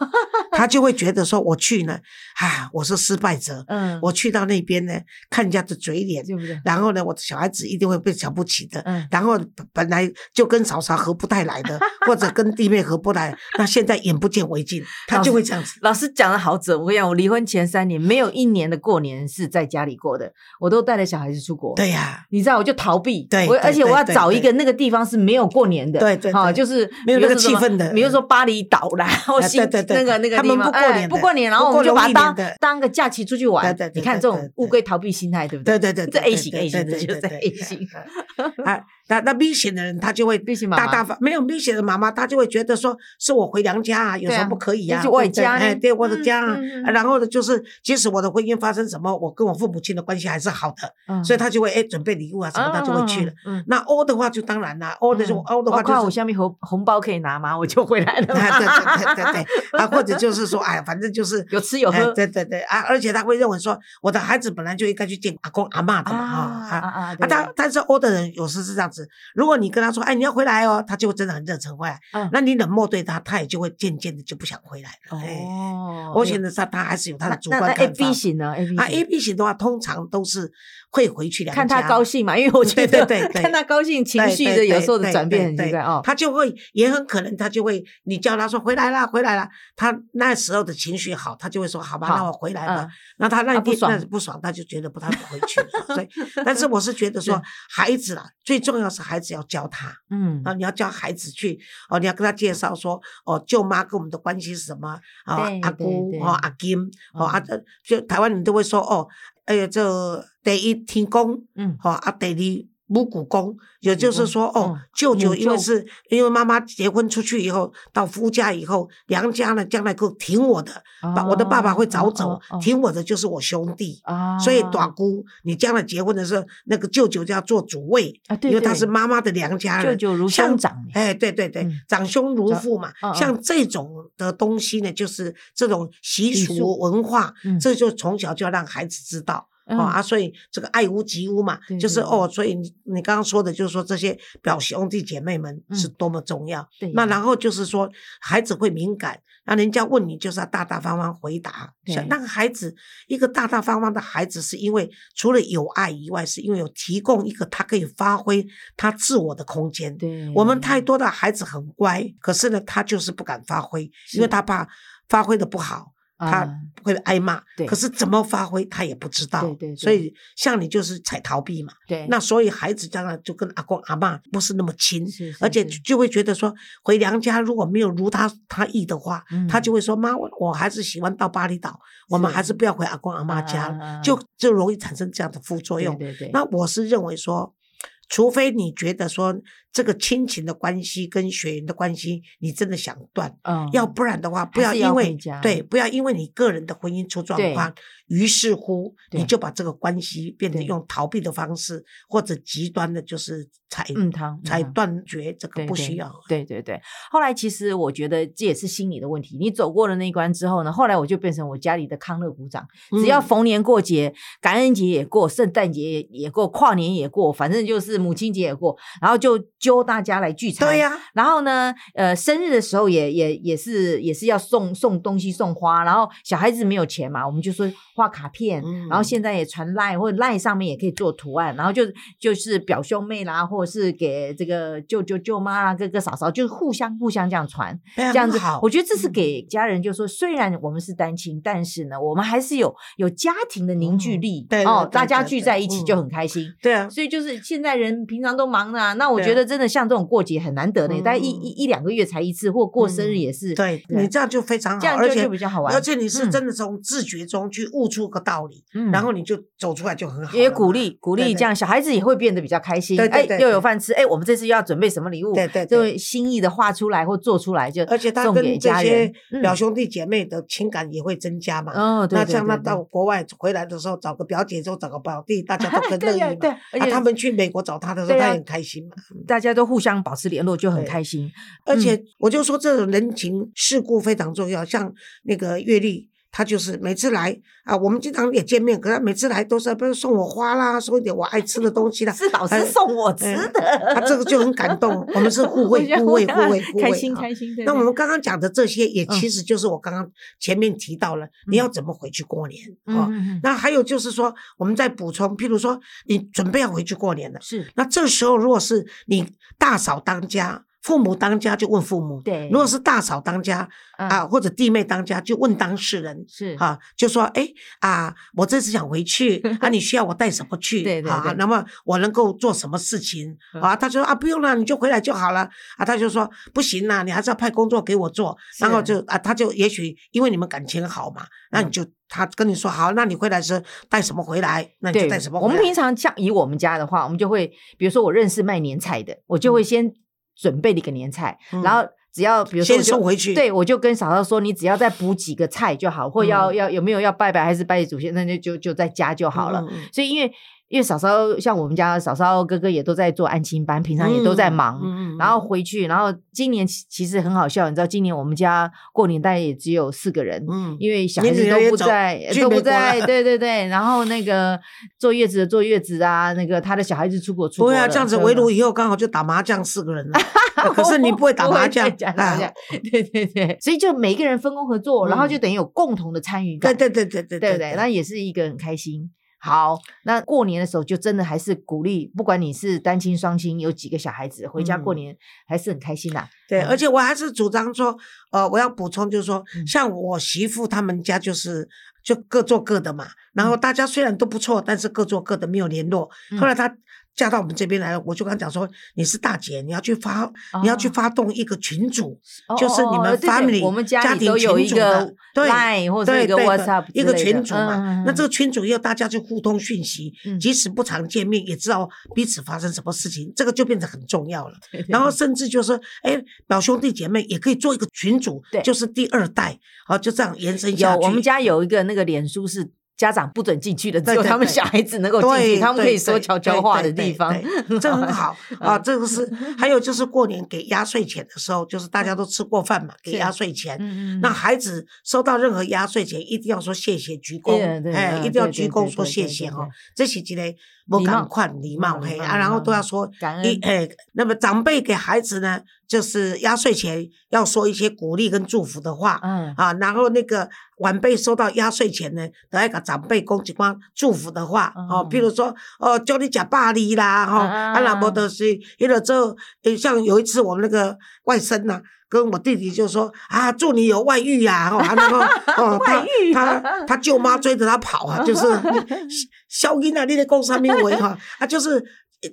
[SPEAKER 1] 他就会觉得说，我去呢，啊，我是失败者，
[SPEAKER 2] 嗯，
[SPEAKER 1] 我去到那边呢，看人家的嘴脸，
[SPEAKER 2] 对不对？
[SPEAKER 1] 然后呢，我的小孩子一定会被瞧不起的。
[SPEAKER 2] 嗯，
[SPEAKER 1] 然后本本来就跟嫂嫂合不太来的，或者跟弟妹合不来，那现在眼不见为净，他就会这样子。
[SPEAKER 2] 老师讲的好准，我跟你讲，我离婚前三年没有一年的过年是在家里过的，我都带着小孩子出国。。
[SPEAKER 1] 对呀、
[SPEAKER 2] 你知道，我就逃避，
[SPEAKER 1] 对
[SPEAKER 2] 我
[SPEAKER 1] 对
[SPEAKER 2] 而且我要
[SPEAKER 1] 对对
[SPEAKER 2] 找一个那个地方是没有过年的，
[SPEAKER 1] 对对对
[SPEAKER 2] 哈，就是
[SPEAKER 1] 没有
[SPEAKER 2] 比如
[SPEAKER 1] 那个
[SPEAKER 2] 说什么
[SPEAKER 1] 气氛的啊
[SPEAKER 2] 比如说巴厘岛啦，或新
[SPEAKER 1] 对对对
[SPEAKER 2] 那个那个
[SPEAKER 1] 他们
[SPEAKER 2] 地
[SPEAKER 1] 不
[SPEAKER 2] 方
[SPEAKER 1] 过
[SPEAKER 2] 哎
[SPEAKER 1] 年的
[SPEAKER 2] 不过年，然后
[SPEAKER 1] 不过
[SPEAKER 2] 我们就把它
[SPEAKER 1] 农历年
[SPEAKER 2] 当
[SPEAKER 1] 的
[SPEAKER 2] 当个假期出去玩
[SPEAKER 1] 对对。对
[SPEAKER 2] 你看这
[SPEAKER 1] 对
[SPEAKER 2] 种
[SPEAKER 1] 对
[SPEAKER 2] 乌龟逃避心态，对不
[SPEAKER 1] 对
[SPEAKER 2] 对？
[SPEAKER 1] 对对，
[SPEAKER 2] [laughs] 这
[SPEAKER 1] 对
[SPEAKER 2] A 型 A 型的
[SPEAKER 1] 对
[SPEAKER 2] 就
[SPEAKER 1] 对
[SPEAKER 2] 是
[SPEAKER 1] 对
[SPEAKER 2] A 型，
[SPEAKER 1] 啊，那那 B 型的人他就会
[SPEAKER 2] B 型妈妈
[SPEAKER 1] 大大方，没有 B 型的妈妈，她就会觉得说是我回娘家啊，有什么不可以啊？
[SPEAKER 2] 就是我的
[SPEAKER 1] 对不对
[SPEAKER 2] 家
[SPEAKER 1] 哎，对我的
[SPEAKER 2] 嗯
[SPEAKER 1] 家啊
[SPEAKER 2] 嗯嗯。
[SPEAKER 1] 啊然后呢，就是即使我的婚姻发生什么，我跟我父母亲的关系还是好的，
[SPEAKER 2] 嗯
[SPEAKER 1] 所以他就会哎准备礼物啊什么，他就会去了。。
[SPEAKER 2] 嗯嗯嗯嗯 [laughs]
[SPEAKER 1] 那 O 的话就当然啦，O 的就
[SPEAKER 2] 嗯
[SPEAKER 1] O 的话
[SPEAKER 2] 我看
[SPEAKER 1] 就
[SPEAKER 2] 我
[SPEAKER 1] 是。
[SPEAKER 2] 下面红红包可以拿吗？我就回来了嘛。
[SPEAKER 1] 啊，对对对对对，啊，或
[SPEAKER 2] [laughs]
[SPEAKER 1] 者就是说，哎，反正就是
[SPEAKER 2] 有吃有
[SPEAKER 1] 哎
[SPEAKER 2] 喝
[SPEAKER 1] 对对对啊，而且他会认为说，我的孩子本来就应该去见阿公阿嬷的嘛啊啊，
[SPEAKER 2] 啊！
[SPEAKER 1] 啊，
[SPEAKER 2] 对
[SPEAKER 1] 他但是欧的人有时是这样子，如果你跟他说，哎，你要回来哦，他就真的很热诚回来。
[SPEAKER 2] 嗯
[SPEAKER 1] 那你冷漠对他，他也就会渐渐的就不想回来了。哎，
[SPEAKER 2] 哦
[SPEAKER 1] 我显得他他还是有他
[SPEAKER 2] 那
[SPEAKER 1] 的主
[SPEAKER 2] 那
[SPEAKER 1] 观
[SPEAKER 2] 那
[SPEAKER 1] 看
[SPEAKER 2] A
[SPEAKER 1] 法
[SPEAKER 2] B。型呢？A B
[SPEAKER 1] 啊，A B 型的话，通常都是会回去两家，
[SPEAKER 2] 看他高兴嘛，因为
[SPEAKER 1] [laughs]
[SPEAKER 2] 我觉得
[SPEAKER 1] 对对对对
[SPEAKER 2] 看他高兴，情
[SPEAKER 1] 对
[SPEAKER 2] 绪
[SPEAKER 1] 对
[SPEAKER 2] 的
[SPEAKER 1] 对
[SPEAKER 2] 有时候的
[SPEAKER 1] 对
[SPEAKER 2] 转变
[SPEAKER 1] 对
[SPEAKER 2] 很
[SPEAKER 1] 对
[SPEAKER 2] 奇怪哦。
[SPEAKER 1] 他就会也很可能他就会，你叫他说回来啦，回来啦，他那时候的情绪好，他就会说好吧，
[SPEAKER 2] 好
[SPEAKER 1] 那我回来吧。
[SPEAKER 2] 嗯，
[SPEAKER 1] 那他那一
[SPEAKER 2] 啊不
[SPEAKER 1] 天、
[SPEAKER 2] 爽
[SPEAKER 1] 那不爽，他就觉得不太回去
[SPEAKER 2] [laughs]
[SPEAKER 1] 了。所以，但是我是觉得说，孩子啦，最重要是孩子要教他
[SPEAKER 2] 嗯
[SPEAKER 1] 啊，你要教孩子去哦，你要跟他介绍说哦，舅妈跟我们的关系是什么啊
[SPEAKER 2] 对，
[SPEAKER 1] 阿
[SPEAKER 2] 对
[SPEAKER 1] 姑
[SPEAKER 2] 对
[SPEAKER 1] 哦，阿金哦，啊，
[SPEAKER 2] 嗯
[SPEAKER 1] 这就台湾人都会说哦，哎呀，这第一天公
[SPEAKER 2] 嗯，
[SPEAKER 1] 哦，啊，第二。母股公，也就
[SPEAKER 2] 公
[SPEAKER 1] 是说，哦
[SPEAKER 2] 嗯，
[SPEAKER 1] 舅舅
[SPEAKER 2] 母
[SPEAKER 1] 因为
[SPEAKER 2] 舅
[SPEAKER 1] 是因为妈妈结婚出去以后，到夫家以后，娘家呢将来够挺我的，爸，我的爸爸会早走
[SPEAKER 2] 嗯哦哦，哦
[SPEAKER 1] 挺我的就是我兄弟。
[SPEAKER 2] 啊，
[SPEAKER 1] 所以短姑，你将来结婚的时候，那个舅舅就要做主位，
[SPEAKER 2] 啊，对，
[SPEAKER 1] 因为他
[SPEAKER 2] 对
[SPEAKER 1] 是妈妈的娘家
[SPEAKER 2] 舅
[SPEAKER 1] 人。
[SPEAKER 2] 舅如
[SPEAKER 1] 像
[SPEAKER 2] 兄长呢，
[SPEAKER 1] 哎，对对对
[SPEAKER 2] 嗯，
[SPEAKER 1] 长兄如父嘛
[SPEAKER 2] 嗯嗯，
[SPEAKER 1] 像这种的东西呢，就是这种习
[SPEAKER 2] 习
[SPEAKER 1] 俗
[SPEAKER 2] 俗
[SPEAKER 1] 文化
[SPEAKER 2] 嗯，
[SPEAKER 1] 这就从小就要让孩子知道。
[SPEAKER 2] 嗯
[SPEAKER 1] 哦啊，所以这个爱屋及乌嘛
[SPEAKER 2] 对，
[SPEAKER 1] 就是
[SPEAKER 2] 对
[SPEAKER 1] 哦，所以你你刚刚说的，就是说这些表兄弟姐妹们是
[SPEAKER 2] 嗯
[SPEAKER 1] 多么重要。
[SPEAKER 2] 对
[SPEAKER 1] 那
[SPEAKER 2] 呀
[SPEAKER 1] 然后就是说，孩子会敏感，那人家问你就是要大大方方回答。
[SPEAKER 2] 对
[SPEAKER 1] 像那个孩子，一个大大方方的孩子，是因为除了有爱以外，是因为有提供一个他可以发挥他自我的空间。
[SPEAKER 2] 对
[SPEAKER 1] 我们太多的孩子很乖，可是呢，他就是不敢发挥，因
[SPEAKER 2] 是
[SPEAKER 1] 为他怕发挥的不好。他
[SPEAKER 2] 嗯
[SPEAKER 1] 会挨骂，
[SPEAKER 2] 对
[SPEAKER 1] 可是怎么发挥他也不知道。
[SPEAKER 2] 对对对
[SPEAKER 1] 所以像你就是才逃避嘛，
[SPEAKER 2] 对，
[SPEAKER 1] 那所以孩子将来就跟阿公阿妈不是那么亲，
[SPEAKER 2] 是
[SPEAKER 1] 而且
[SPEAKER 2] 是
[SPEAKER 1] 就会觉得说回娘家如果没有如他他意的话，他
[SPEAKER 2] 嗯
[SPEAKER 1] 就会说妈，我我还是喜欢到巴厘岛，我们
[SPEAKER 2] 是
[SPEAKER 1] 还是不要回阿公阿妈家了，
[SPEAKER 2] 啊啊啊啊
[SPEAKER 1] 就就容易产生这样的副作
[SPEAKER 2] 对
[SPEAKER 1] 用。
[SPEAKER 2] 嗯对对，
[SPEAKER 1] 那我是认为说，除非你觉得说这个亲情的关系跟血缘的关系，你真的想断，
[SPEAKER 2] 嗯
[SPEAKER 1] 要不然的话，不
[SPEAKER 2] 还
[SPEAKER 1] 要
[SPEAKER 2] 是
[SPEAKER 1] 因
[SPEAKER 2] 要
[SPEAKER 1] 为
[SPEAKER 2] 回家
[SPEAKER 1] 对，不要因为你个人的婚姻出状
[SPEAKER 2] 对
[SPEAKER 1] 况，于是乎
[SPEAKER 2] 对
[SPEAKER 1] 你就把这个关系变得
[SPEAKER 2] 对
[SPEAKER 1] 用逃避的方式，或者极端的就是裁
[SPEAKER 2] 嗯汤
[SPEAKER 1] 裁
[SPEAKER 2] 断。
[SPEAKER 1] 断绝，这个
[SPEAKER 2] 对
[SPEAKER 1] 不
[SPEAKER 2] 对
[SPEAKER 1] 需要。
[SPEAKER 2] 对对对，后来其实我觉得这也是心理的问题。你走过了那一关之后呢，后来我就变成我家里的康乐股长，只要
[SPEAKER 1] 嗯
[SPEAKER 2] 逢年过节，感恩节也过，圣诞节也也过，跨年也过，反正就是母亲节也过，然后就揪大家来聚餐。
[SPEAKER 1] 对、呀、
[SPEAKER 2] 然后呢，呃，生日的时候也也也是也是要送送东西送花，然后小孩子没有钱嘛，我们就说画卡片，
[SPEAKER 1] 嗯
[SPEAKER 2] 然后现在也传赖或者赖上面也可以做图案，然后就就是表兄妹啦，或者是给这个舅舅舅妈啦、哥哥嫂嫂，就是互相互相这样传，
[SPEAKER 1] 对呀
[SPEAKER 2] 这样
[SPEAKER 1] 很
[SPEAKER 2] 子
[SPEAKER 1] 好，嗯
[SPEAKER 2] 我觉得这是给家人，就说虽然我们是单亲，但是呢，我们还是有有家庭的凝聚
[SPEAKER 1] 嗯
[SPEAKER 2] 力，
[SPEAKER 1] 对对
[SPEAKER 2] 哦，
[SPEAKER 1] 对
[SPEAKER 2] 大家
[SPEAKER 1] 对
[SPEAKER 2] 聚
[SPEAKER 1] 对
[SPEAKER 2] 在一起就
[SPEAKER 1] 嗯
[SPEAKER 2] 很开心。
[SPEAKER 1] 对啊，
[SPEAKER 2] 所以就是现在人平常都忙的、啊，那我
[SPEAKER 1] 对啊
[SPEAKER 2] 觉得真的像这种过节很难得呢，
[SPEAKER 1] 嗯
[SPEAKER 2] 大概一一一两个月才一次，或过生日
[SPEAKER 1] 嗯
[SPEAKER 2] 也是，
[SPEAKER 1] 对你这样就非常
[SPEAKER 2] 这
[SPEAKER 1] 好，
[SPEAKER 2] 样
[SPEAKER 1] 而
[SPEAKER 2] 就
[SPEAKER 1] 且
[SPEAKER 2] 就比较好玩，
[SPEAKER 1] 而且你是
[SPEAKER 2] 嗯
[SPEAKER 1] 真的从自觉中去悟出个道理，
[SPEAKER 2] 嗯
[SPEAKER 1] 然后你就走出来就很好了嘛。
[SPEAKER 2] 也鼓励鼓
[SPEAKER 1] 对
[SPEAKER 2] 励，
[SPEAKER 1] 对
[SPEAKER 2] 这样小孩子也会变得比较开心，
[SPEAKER 1] 对对
[SPEAKER 2] 哎
[SPEAKER 1] 对，
[SPEAKER 2] 又
[SPEAKER 1] 对
[SPEAKER 2] 有饭吃，哎，我们这次又要准备什么礼物，
[SPEAKER 1] 对对对
[SPEAKER 2] 就会心意的画出来或做出来，就
[SPEAKER 1] 而且他
[SPEAKER 2] 送给
[SPEAKER 1] 跟这
[SPEAKER 2] 家
[SPEAKER 1] 些
[SPEAKER 2] 人，嗯
[SPEAKER 1] 表兄弟姐妹的情感也会增加嘛。
[SPEAKER 2] 哦，对
[SPEAKER 1] 那
[SPEAKER 2] 对
[SPEAKER 1] 像他
[SPEAKER 2] 对啊
[SPEAKER 1] 到国外回来的时候，找个表姐，就找个表弟，大家都很乐
[SPEAKER 2] 对
[SPEAKER 1] 意
[SPEAKER 2] 呀
[SPEAKER 1] 嘛。
[SPEAKER 2] 对，而
[SPEAKER 1] 啊，
[SPEAKER 2] 且
[SPEAKER 1] 他们去美国找他的时候，
[SPEAKER 2] 对
[SPEAKER 1] 他
[SPEAKER 2] 啊
[SPEAKER 1] 也很开心嘛。
[SPEAKER 2] 大家都互相保持联络，就很
[SPEAKER 1] 对
[SPEAKER 2] 开心，
[SPEAKER 1] 而且我就说，这种人情世故非常重要。像那个月丽，她就是每次来啊，我们经常也见面，可是她每次来都是不是送我花啦，送一点我爱吃的东西
[SPEAKER 2] [laughs]
[SPEAKER 1] 啦。
[SPEAKER 2] 是老
[SPEAKER 1] 哎
[SPEAKER 2] 师送我吃
[SPEAKER 1] 哎
[SPEAKER 2] 的，
[SPEAKER 1] 啊，这个就很感动，我们是互
[SPEAKER 2] 我
[SPEAKER 1] 惠
[SPEAKER 2] 觉得
[SPEAKER 1] 互惠互惠互惠，
[SPEAKER 2] [laughs] 开心
[SPEAKER 1] 啊
[SPEAKER 2] 开心，对
[SPEAKER 1] 那我
[SPEAKER 2] 对
[SPEAKER 1] 们刚刚讲的这些，也
[SPEAKER 2] 嗯
[SPEAKER 1] 其实就是我刚刚前面提到了，你要怎么回去过年
[SPEAKER 2] 嗯
[SPEAKER 1] 啊、
[SPEAKER 2] 嗯嗯
[SPEAKER 1] 那还有就是说，我们再补充，譬如说，你准备要回去过年了，
[SPEAKER 2] 是
[SPEAKER 1] 那这时候如果是你大嫂当家，父母当家就问父母；
[SPEAKER 2] 对，
[SPEAKER 1] 如果是大嫂当家
[SPEAKER 2] 嗯
[SPEAKER 1] 啊，或者弟妹当家，就问当事人。
[SPEAKER 2] 是
[SPEAKER 1] 啊，就说哎啊，我这次想回
[SPEAKER 2] [laughs]
[SPEAKER 1] 去啊，你需要我带什么去？
[SPEAKER 2] 对对
[SPEAKER 1] 啊
[SPEAKER 2] 对，
[SPEAKER 1] 那么我能够做什么事情？
[SPEAKER 2] 嗯
[SPEAKER 1] 啊，他就说啊，不用了，你就回来就好了。啊，他就说不行啦，你还是要派工作给我做。然后
[SPEAKER 2] 是
[SPEAKER 1] 就啊，他就也许因为你们感情好嘛，那你
[SPEAKER 2] 嗯
[SPEAKER 1] 就他跟你说好，那你回来时带什么回来，那你就
[SPEAKER 2] 对
[SPEAKER 1] 带什么
[SPEAKER 2] 我
[SPEAKER 1] 回
[SPEAKER 2] 们
[SPEAKER 1] 来。
[SPEAKER 2] 平常像以我们家的话，我们就会，比如说我认识卖年菜的，我就会先准备了一个年菜，
[SPEAKER 1] 嗯
[SPEAKER 2] 然后只要比如说
[SPEAKER 1] 先
[SPEAKER 2] 我就
[SPEAKER 1] 送回去。
[SPEAKER 2] 对，我就跟嫂嫂说，你只要再补几个菜就好，或要、
[SPEAKER 1] 嗯
[SPEAKER 2] 要有没有要拜拜还是拜祖先，那就就就在家就好了。
[SPEAKER 1] 嗯，嗯嗯
[SPEAKER 2] 所以因为因为嫂嫂像我们家嫂嫂哥哥也都在做安亲班，平常也都在忙，
[SPEAKER 1] 嗯嗯
[SPEAKER 2] 然后回去，然后今年其其实很好笑，你知道今年我们家过年大概也只有四个人，
[SPEAKER 1] 嗯
[SPEAKER 2] 因为小
[SPEAKER 1] 你
[SPEAKER 2] 孩子
[SPEAKER 1] 女
[SPEAKER 2] 都
[SPEAKER 1] 儿也
[SPEAKER 2] 不
[SPEAKER 1] 走
[SPEAKER 2] 在，
[SPEAKER 1] 去
[SPEAKER 2] 都
[SPEAKER 1] 美
[SPEAKER 2] 不
[SPEAKER 1] 国
[SPEAKER 2] 在，
[SPEAKER 1] 了
[SPEAKER 2] 对对对。然后那个坐月子的坐月子啊，那个他的小孩子出国出
[SPEAKER 1] 不
[SPEAKER 2] 国
[SPEAKER 1] 会
[SPEAKER 2] 了，
[SPEAKER 1] 啊，这样子
[SPEAKER 2] 对
[SPEAKER 1] 围
[SPEAKER 2] 吗
[SPEAKER 1] 炉以后刚好就打麻将四个人
[SPEAKER 2] [laughs]
[SPEAKER 1] 了。啊可是你不会打
[SPEAKER 2] 不
[SPEAKER 1] 麻
[SPEAKER 2] 会
[SPEAKER 1] 将
[SPEAKER 2] 再讲
[SPEAKER 1] 啊
[SPEAKER 2] 麻将对对对，所以就每个人分工合作，然后就等于有共同的参与
[SPEAKER 1] 对
[SPEAKER 2] 感，
[SPEAKER 1] 嗯对对对对
[SPEAKER 2] 对不对？那也是一个很开心。好，那过年的时候就真的还是鼓励，不管你是单亲双亲，有几个小孩子，回家
[SPEAKER 1] 嗯
[SPEAKER 2] 过年还是很开心啦。
[SPEAKER 1] 对，
[SPEAKER 2] 嗯
[SPEAKER 1] 而且我还是主张说，呃，我要补充就是说，
[SPEAKER 2] 嗯
[SPEAKER 1] 像我媳妇他们家就是就各做各的嘛，然后大家虽然都不错，但是各做各的，没有联络。
[SPEAKER 2] 嗯
[SPEAKER 1] 后来她嫁到我们这边来了，我就跟她讲说，你是大姐，你要去发，你要去
[SPEAKER 2] 哦
[SPEAKER 1] 发动一个群组，
[SPEAKER 2] 哦
[SPEAKER 1] 就是
[SPEAKER 2] 哦
[SPEAKER 1] 你
[SPEAKER 2] 哦
[SPEAKER 1] 们
[SPEAKER 2] 对对
[SPEAKER 1] family
[SPEAKER 2] 我们家
[SPEAKER 1] 家
[SPEAKER 2] 里
[SPEAKER 1] 庭
[SPEAKER 2] 都有
[SPEAKER 1] 群
[SPEAKER 2] 一
[SPEAKER 1] 组
[SPEAKER 2] 个
[SPEAKER 1] 的对
[SPEAKER 2] Line 或者
[SPEAKER 1] 对
[SPEAKER 2] 一个
[SPEAKER 1] 对的
[SPEAKER 2] WhatsApp
[SPEAKER 1] 一个
[SPEAKER 2] 之类的
[SPEAKER 1] 群组嘛。那这个群组要大家去互通讯息
[SPEAKER 2] 嗯，
[SPEAKER 1] 即使不常见面，也知道彼此发生什么事情，这个就变得很重要了。
[SPEAKER 2] 对对
[SPEAKER 1] 然后甚至就是，哎，表兄弟姐妹也可以做一个群组
[SPEAKER 2] 对，
[SPEAKER 1] 就是第二代，好，就这样延伸
[SPEAKER 2] 有
[SPEAKER 1] 下去。
[SPEAKER 2] 我们家有一个那个脸书是家长不准进去的，只
[SPEAKER 1] 对
[SPEAKER 2] 有
[SPEAKER 1] 对
[SPEAKER 2] 他们
[SPEAKER 1] 对
[SPEAKER 2] 小孩子能够进
[SPEAKER 1] 对，
[SPEAKER 2] 去，他们可以
[SPEAKER 1] 对
[SPEAKER 2] 说
[SPEAKER 1] 对
[SPEAKER 2] 悄悄
[SPEAKER 1] 对
[SPEAKER 2] 话的
[SPEAKER 1] 对
[SPEAKER 2] 地
[SPEAKER 1] 对
[SPEAKER 2] 方嗯
[SPEAKER 1] 对这很。
[SPEAKER 2] [laughs]
[SPEAKER 1] 好啊。这个是还有就是过年给压岁钱的时候，就是大家都吃过饭嘛，给
[SPEAKER 2] 是
[SPEAKER 1] 压岁钱。
[SPEAKER 2] 嗯嗯嗯
[SPEAKER 1] 那孩子收到任何压岁钱，一定要说谢谢鞠躬
[SPEAKER 2] 对，对
[SPEAKER 1] 哎，
[SPEAKER 2] 嗯
[SPEAKER 1] 一定要
[SPEAKER 2] 对对
[SPEAKER 1] 鞠躬
[SPEAKER 2] 对
[SPEAKER 1] 说
[SPEAKER 2] 对
[SPEAKER 1] 谢
[SPEAKER 2] 对
[SPEAKER 1] 谢
[SPEAKER 2] 对
[SPEAKER 1] 哈
[SPEAKER 2] 对。
[SPEAKER 1] 这是一个无
[SPEAKER 2] 礼貌
[SPEAKER 1] 赶快礼貌
[SPEAKER 2] 嗯礼
[SPEAKER 1] 嘿
[SPEAKER 2] 貌
[SPEAKER 1] 啊，
[SPEAKER 2] 礼
[SPEAKER 1] 然后
[SPEAKER 2] 貌
[SPEAKER 1] 都要说
[SPEAKER 2] 感
[SPEAKER 1] 一
[SPEAKER 2] 恩
[SPEAKER 1] 哎，那么长辈给孩子呢，就是压岁钱要说一些鼓励跟祝福的话
[SPEAKER 2] 嗯，
[SPEAKER 1] 啊，然后那个晚辈收到压岁钱呢，都要给长辈讲一寡祝福的话哦
[SPEAKER 2] 嗯，
[SPEAKER 1] 譬如说哦，叫你吃百里啦吼，
[SPEAKER 2] 啊
[SPEAKER 1] 啊，那么都是，迄个做，诶像有一次我们那个外甥呐、跟我弟弟就说啊，祝你有外遇呀、哦，啊，然
[SPEAKER 2] [laughs]
[SPEAKER 1] 后哦，他
[SPEAKER 2] 外遇
[SPEAKER 1] 他
[SPEAKER 2] [laughs]
[SPEAKER 1] 他舅妈追着他跑啊，就是肖英啊，你在讲啥物话哈？啊，就是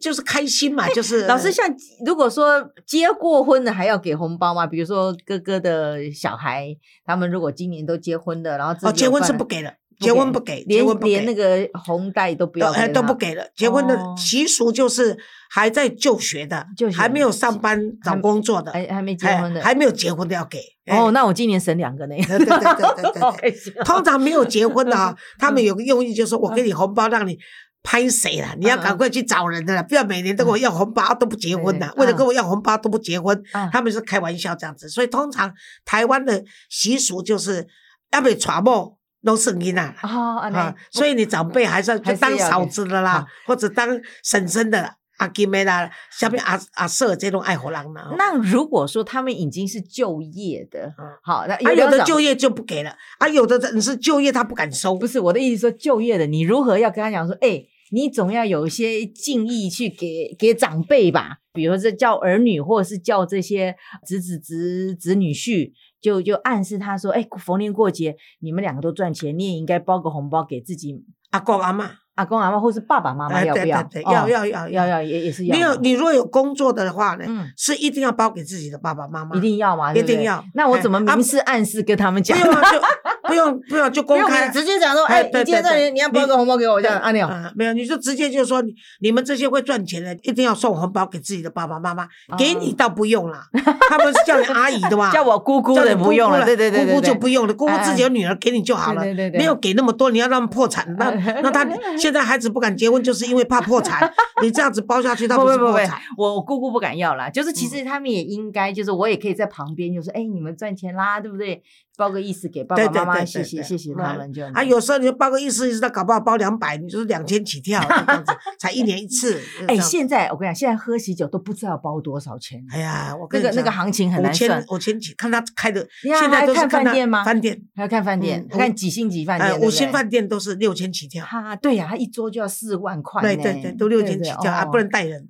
[SPEAKER 1] 就是开心嘛，就是
[SPEAKER 2] 老师，像如果说结过婚的还要给红包吗？比如说哥哥的小孩，他们如果今年都结婚的，然后自己
[SPEAKER 1] 哦，结
[SPEAKER 2] 有
[SPEAKER 1] 婚
[SPEAKER 2] 办
[SPEAKER 1] 是
[SPEAKER 2] 了
[SPEAKER 1] 不给的，结婚不给，结
[SPEAKER 2] 连
[SPEAKER 1] 婚不
[SPEAKER 2] 连
[SPEAKER 1] 给
[SPEAKER 2] 那。个红带都不要
[SPEAKER 1] 都哎
[SPEAKER 2] 给
[SPEAKER 1] 都
[SPEAKER 2] 他
[SPEAKER 1] 不给了，结婚的
[SPEAKER 2] 哦
[SPEAKER 1] 习俗就是还在就学的，
[SPEAKER 2] 就学
[SPEAKER 1] 还没有上班
[SPEAKER 2] 还
[SPEAKER 1] 找工作的，
[SPEAKER 2] 还还没结
[SPEAKER 1] 哎
[SPEAKER 2] 婚的。
[SPEAKER 1] 还没有结婚的要给。哎
[SPEAKER 2] 哦，那我今年省两个呢。
[SPEAKER 1] 对对对对对对
[SPEAKER 2] [laughs] 好开心哦
[SPEAKER 1] 通常没有结婚的啊，他
[SPEAKER 2] 嗯
[SPEAKER 1] 们有个用意就是说我给你红包让你。拍谁啦？
[SPEAKER 2] 嗯
[SPEAKER 1] 你要赶快去找人的啦，不要每年都跟我要红包、啊都不结婚的
[SPEAKER 2] 对，对嗯
[SPEAKER 1] 为了跟我要红包都不结婚，
[SPEAKER 2] 啊
[SPEAKER 1] 他们是开玩笑这样子。所以通常台湾的习俗就是要被传播弄圣婴啊，
[SPEAKER 2] 哦，安
[SPEAKER 1] 啊
[SPEAKER 2] 内，
[SPEAKER 1] 所以你长辈还是
[SPEAKER 2] 还
[SPEAKER 1] 就是当
[SPEAKER 2] 要
[SPEAKER 1] 嫂
[SPEAKER 2] 给
[SPEAKER 1] 子的啦
[SPEAKER 2] 好，
[SPEAKER 1] 或者当婶婶的啦，阿金妹啦，下面阿阿婶这种爱好人啦。哦
[SPEAKER 2] 那如果说他们已经是就业的
[SPEAKER 1] 嗯，
[SPEAKER 2] 好，那
[SPEAKER 1] 啊，有的
[SPEAKER 2] 两种
[SPEAKER 1] 就业就不给了，啊，有的人是就业他不敢收
[SPEAKER 2] 不，是我的意思，说就业的，你如何要跟他讲说，哎、你总要有一些敬意去给给长辈吧，比如说叫儿女，或者是叫这些侄子侄侄女婿，就就暗示他说，哎、逢年过节你们两个都赚钱，你也应该包个红包给自己
[SPEAKER 1] 阿公阿妈。
[SPEAKER 2] 阿公阿妈或是爸爸妈妈，
[SPEAKER 1] 哎
[SPEAKER 2] 要不
[SPEAKER 1] 对
[SPEAKER 2] 要？
[SPEAKER 1] 对对，
[SPEAKER 2] 哦
[SPEAKER 1] 要要要
[SPEAKER 2] 要。要也也是要
[SPEAKER 1] 你
[SPEAKER 2] 嘛，
[SPEAKER 1] 有你如果有工作的话呢，
[SPEAKER 2] 嗯，
[SPEAKER 1] 是一定要包给自己的爸爸妈妈，
[SPEAKER 2] 一定要嘛，对不
[SPEAKER 1] 一定
[SPEAKER 2] 对
[SPEAKER 1] 要
[SPEAKER 2] 那我
[SPEAKER 1] 哎
[SPEAKER 2] 怎么
[SPEAKER 1] 啊
[SPEAKER 2] 明示暗示跟他们
[SPEAKER 1] 不
[SPEAKER 2] 讲？
[SPEAKER 1] 用啊，就不用不用就
[SPEAKER 2] 不
[SPEAKER 1] 公
[SPEAKER 2] 用
[SPEAKER 1] 开
[SPEAKER 2] 你。直接讲说，
[SPEAKER 1] 哎
[SPEAKER 2] 哎，
[SPEAKER 1] 对
[SPEAKER 2] 你今天
[SPEAKER 1] 对
[SPEAKER 2] 赚
[SPEAKER 1] 对
[SPEAKER 2] 钱，你要包个红包给我，这样按钮。
[SPEAKER 1] 啊，没有，你就直接就说你你们这些会赚钱的，一定要送红包给自己的爸爸妈妈，给你倒不用啦，他们是叫你阿姨的嘛，
[SPEAKER 2] 哦 [laughs] 叫我姑姑
[SPEAKER 1] 啊叫
[SPEAKER 2] 的
[SPEAKER 1] 你
[SPEAKER 2] 不用
[SPEAKER 1] 姑
[SPEAKER 2] 了，
[SPEAKER 1] 姑
[SPEAKER 2] 对对对对，
[SPEAKER 1] 姑姑就
[SPEAKER 2] 对哎
[SPEAKER 1] 不用了，姑姑自己有女儿给你就好了，
[SPEAKER 2] 对对对对
[SPEAKER 1] 没有给那么多，你要让他们破产，
[SPEAKER 2] [laughs]
[SPEAKER 1] 那那他现在孩子不敢结婚，就是因为怕破产，你这样子包下去，他
[SPEAKER 2] 不
[SPEAKER 1] 是
[SPEAKER 2] 不不
[SPEAKER 1] 破
[SPEAKER 2] 不
[SPEAKER 1] 产，，
[SPEAKER 2] 我姑姑不敢要啦。就是
[SPEAKER 1] 嗯
[SPEAKER 2] 其实他们也应该，就是我也可以在旁边，就说，哎，你们赚钱啦，对不对？包个意思给爸
[SPEAKER 1] 对
[SPEAKER 2] 爸
[SPEAKER 1] 对
[SPEAKER 2] 妈妈，
[SPEAKER 1] 对
[SPEAKER 2] 谢
[SPEAKER 1] 对
[SPEAKER 2] 谢
[SPEAKER 1] 对
[SPEAKER 2] 谢谢
[SPEAKER 1] 那
[SPEAKER 2] 他们就
[SPEAKER 1] 啊，有时候你就包个意思意思，他搞不好包两百，你就是两千起跳，这样子才一年一
[SPEAKER 2] [laughs]
[SPEAKER 1] 次。就是这
[SPEAKER 2] 哎，
[SPEAKER 1] 样
[SPEAKER 2] 现在我跟你讲，现在喝喜酒都不知道包多少钱，
[SPEAKER 1] 哎呀，我
[SPEAKER 2] 那
[SPEAKER 1] 跟你
[SPEAKER 2] 个
[SPEAKER 1] 讲
[SPEAKER 2] 那个行情很
[SPEAKER 1] 五
[SPEAKER 2] 难算
[SPEAKER 1] 千。五千起，看他开的，
[SPEAKER 2] 你看
[SPEAKER 1] 现在都
[SPEAKER 2] 还
[SPEAKER 1] 是
[SPEAKER 2] 看
[SPEAKER 1] 看他
[SPEAKER 2] 饭店吗
[SPEAKER 1] 饭店，
[SPEAKER 2] 还要看饭店，
[SPEAKER 1] 嗯
[SPEAKER 2] 还看几星级饭店，
[SPEAKER 1] 呃，
[SPEAKER 2] 对不
[SPEAKER 1] 五
[SPEAKER 2] 对
[SPEAKER 1] 星饭店都是六千起跳。
[SPEAKER 2] 他对呀，他一桌就要四万块呢，
[SPEAKER 1] 对对对，都六千起跳啊，不。
[SPEAKER 2] 对哦
[SPEAKER 1] 能带人。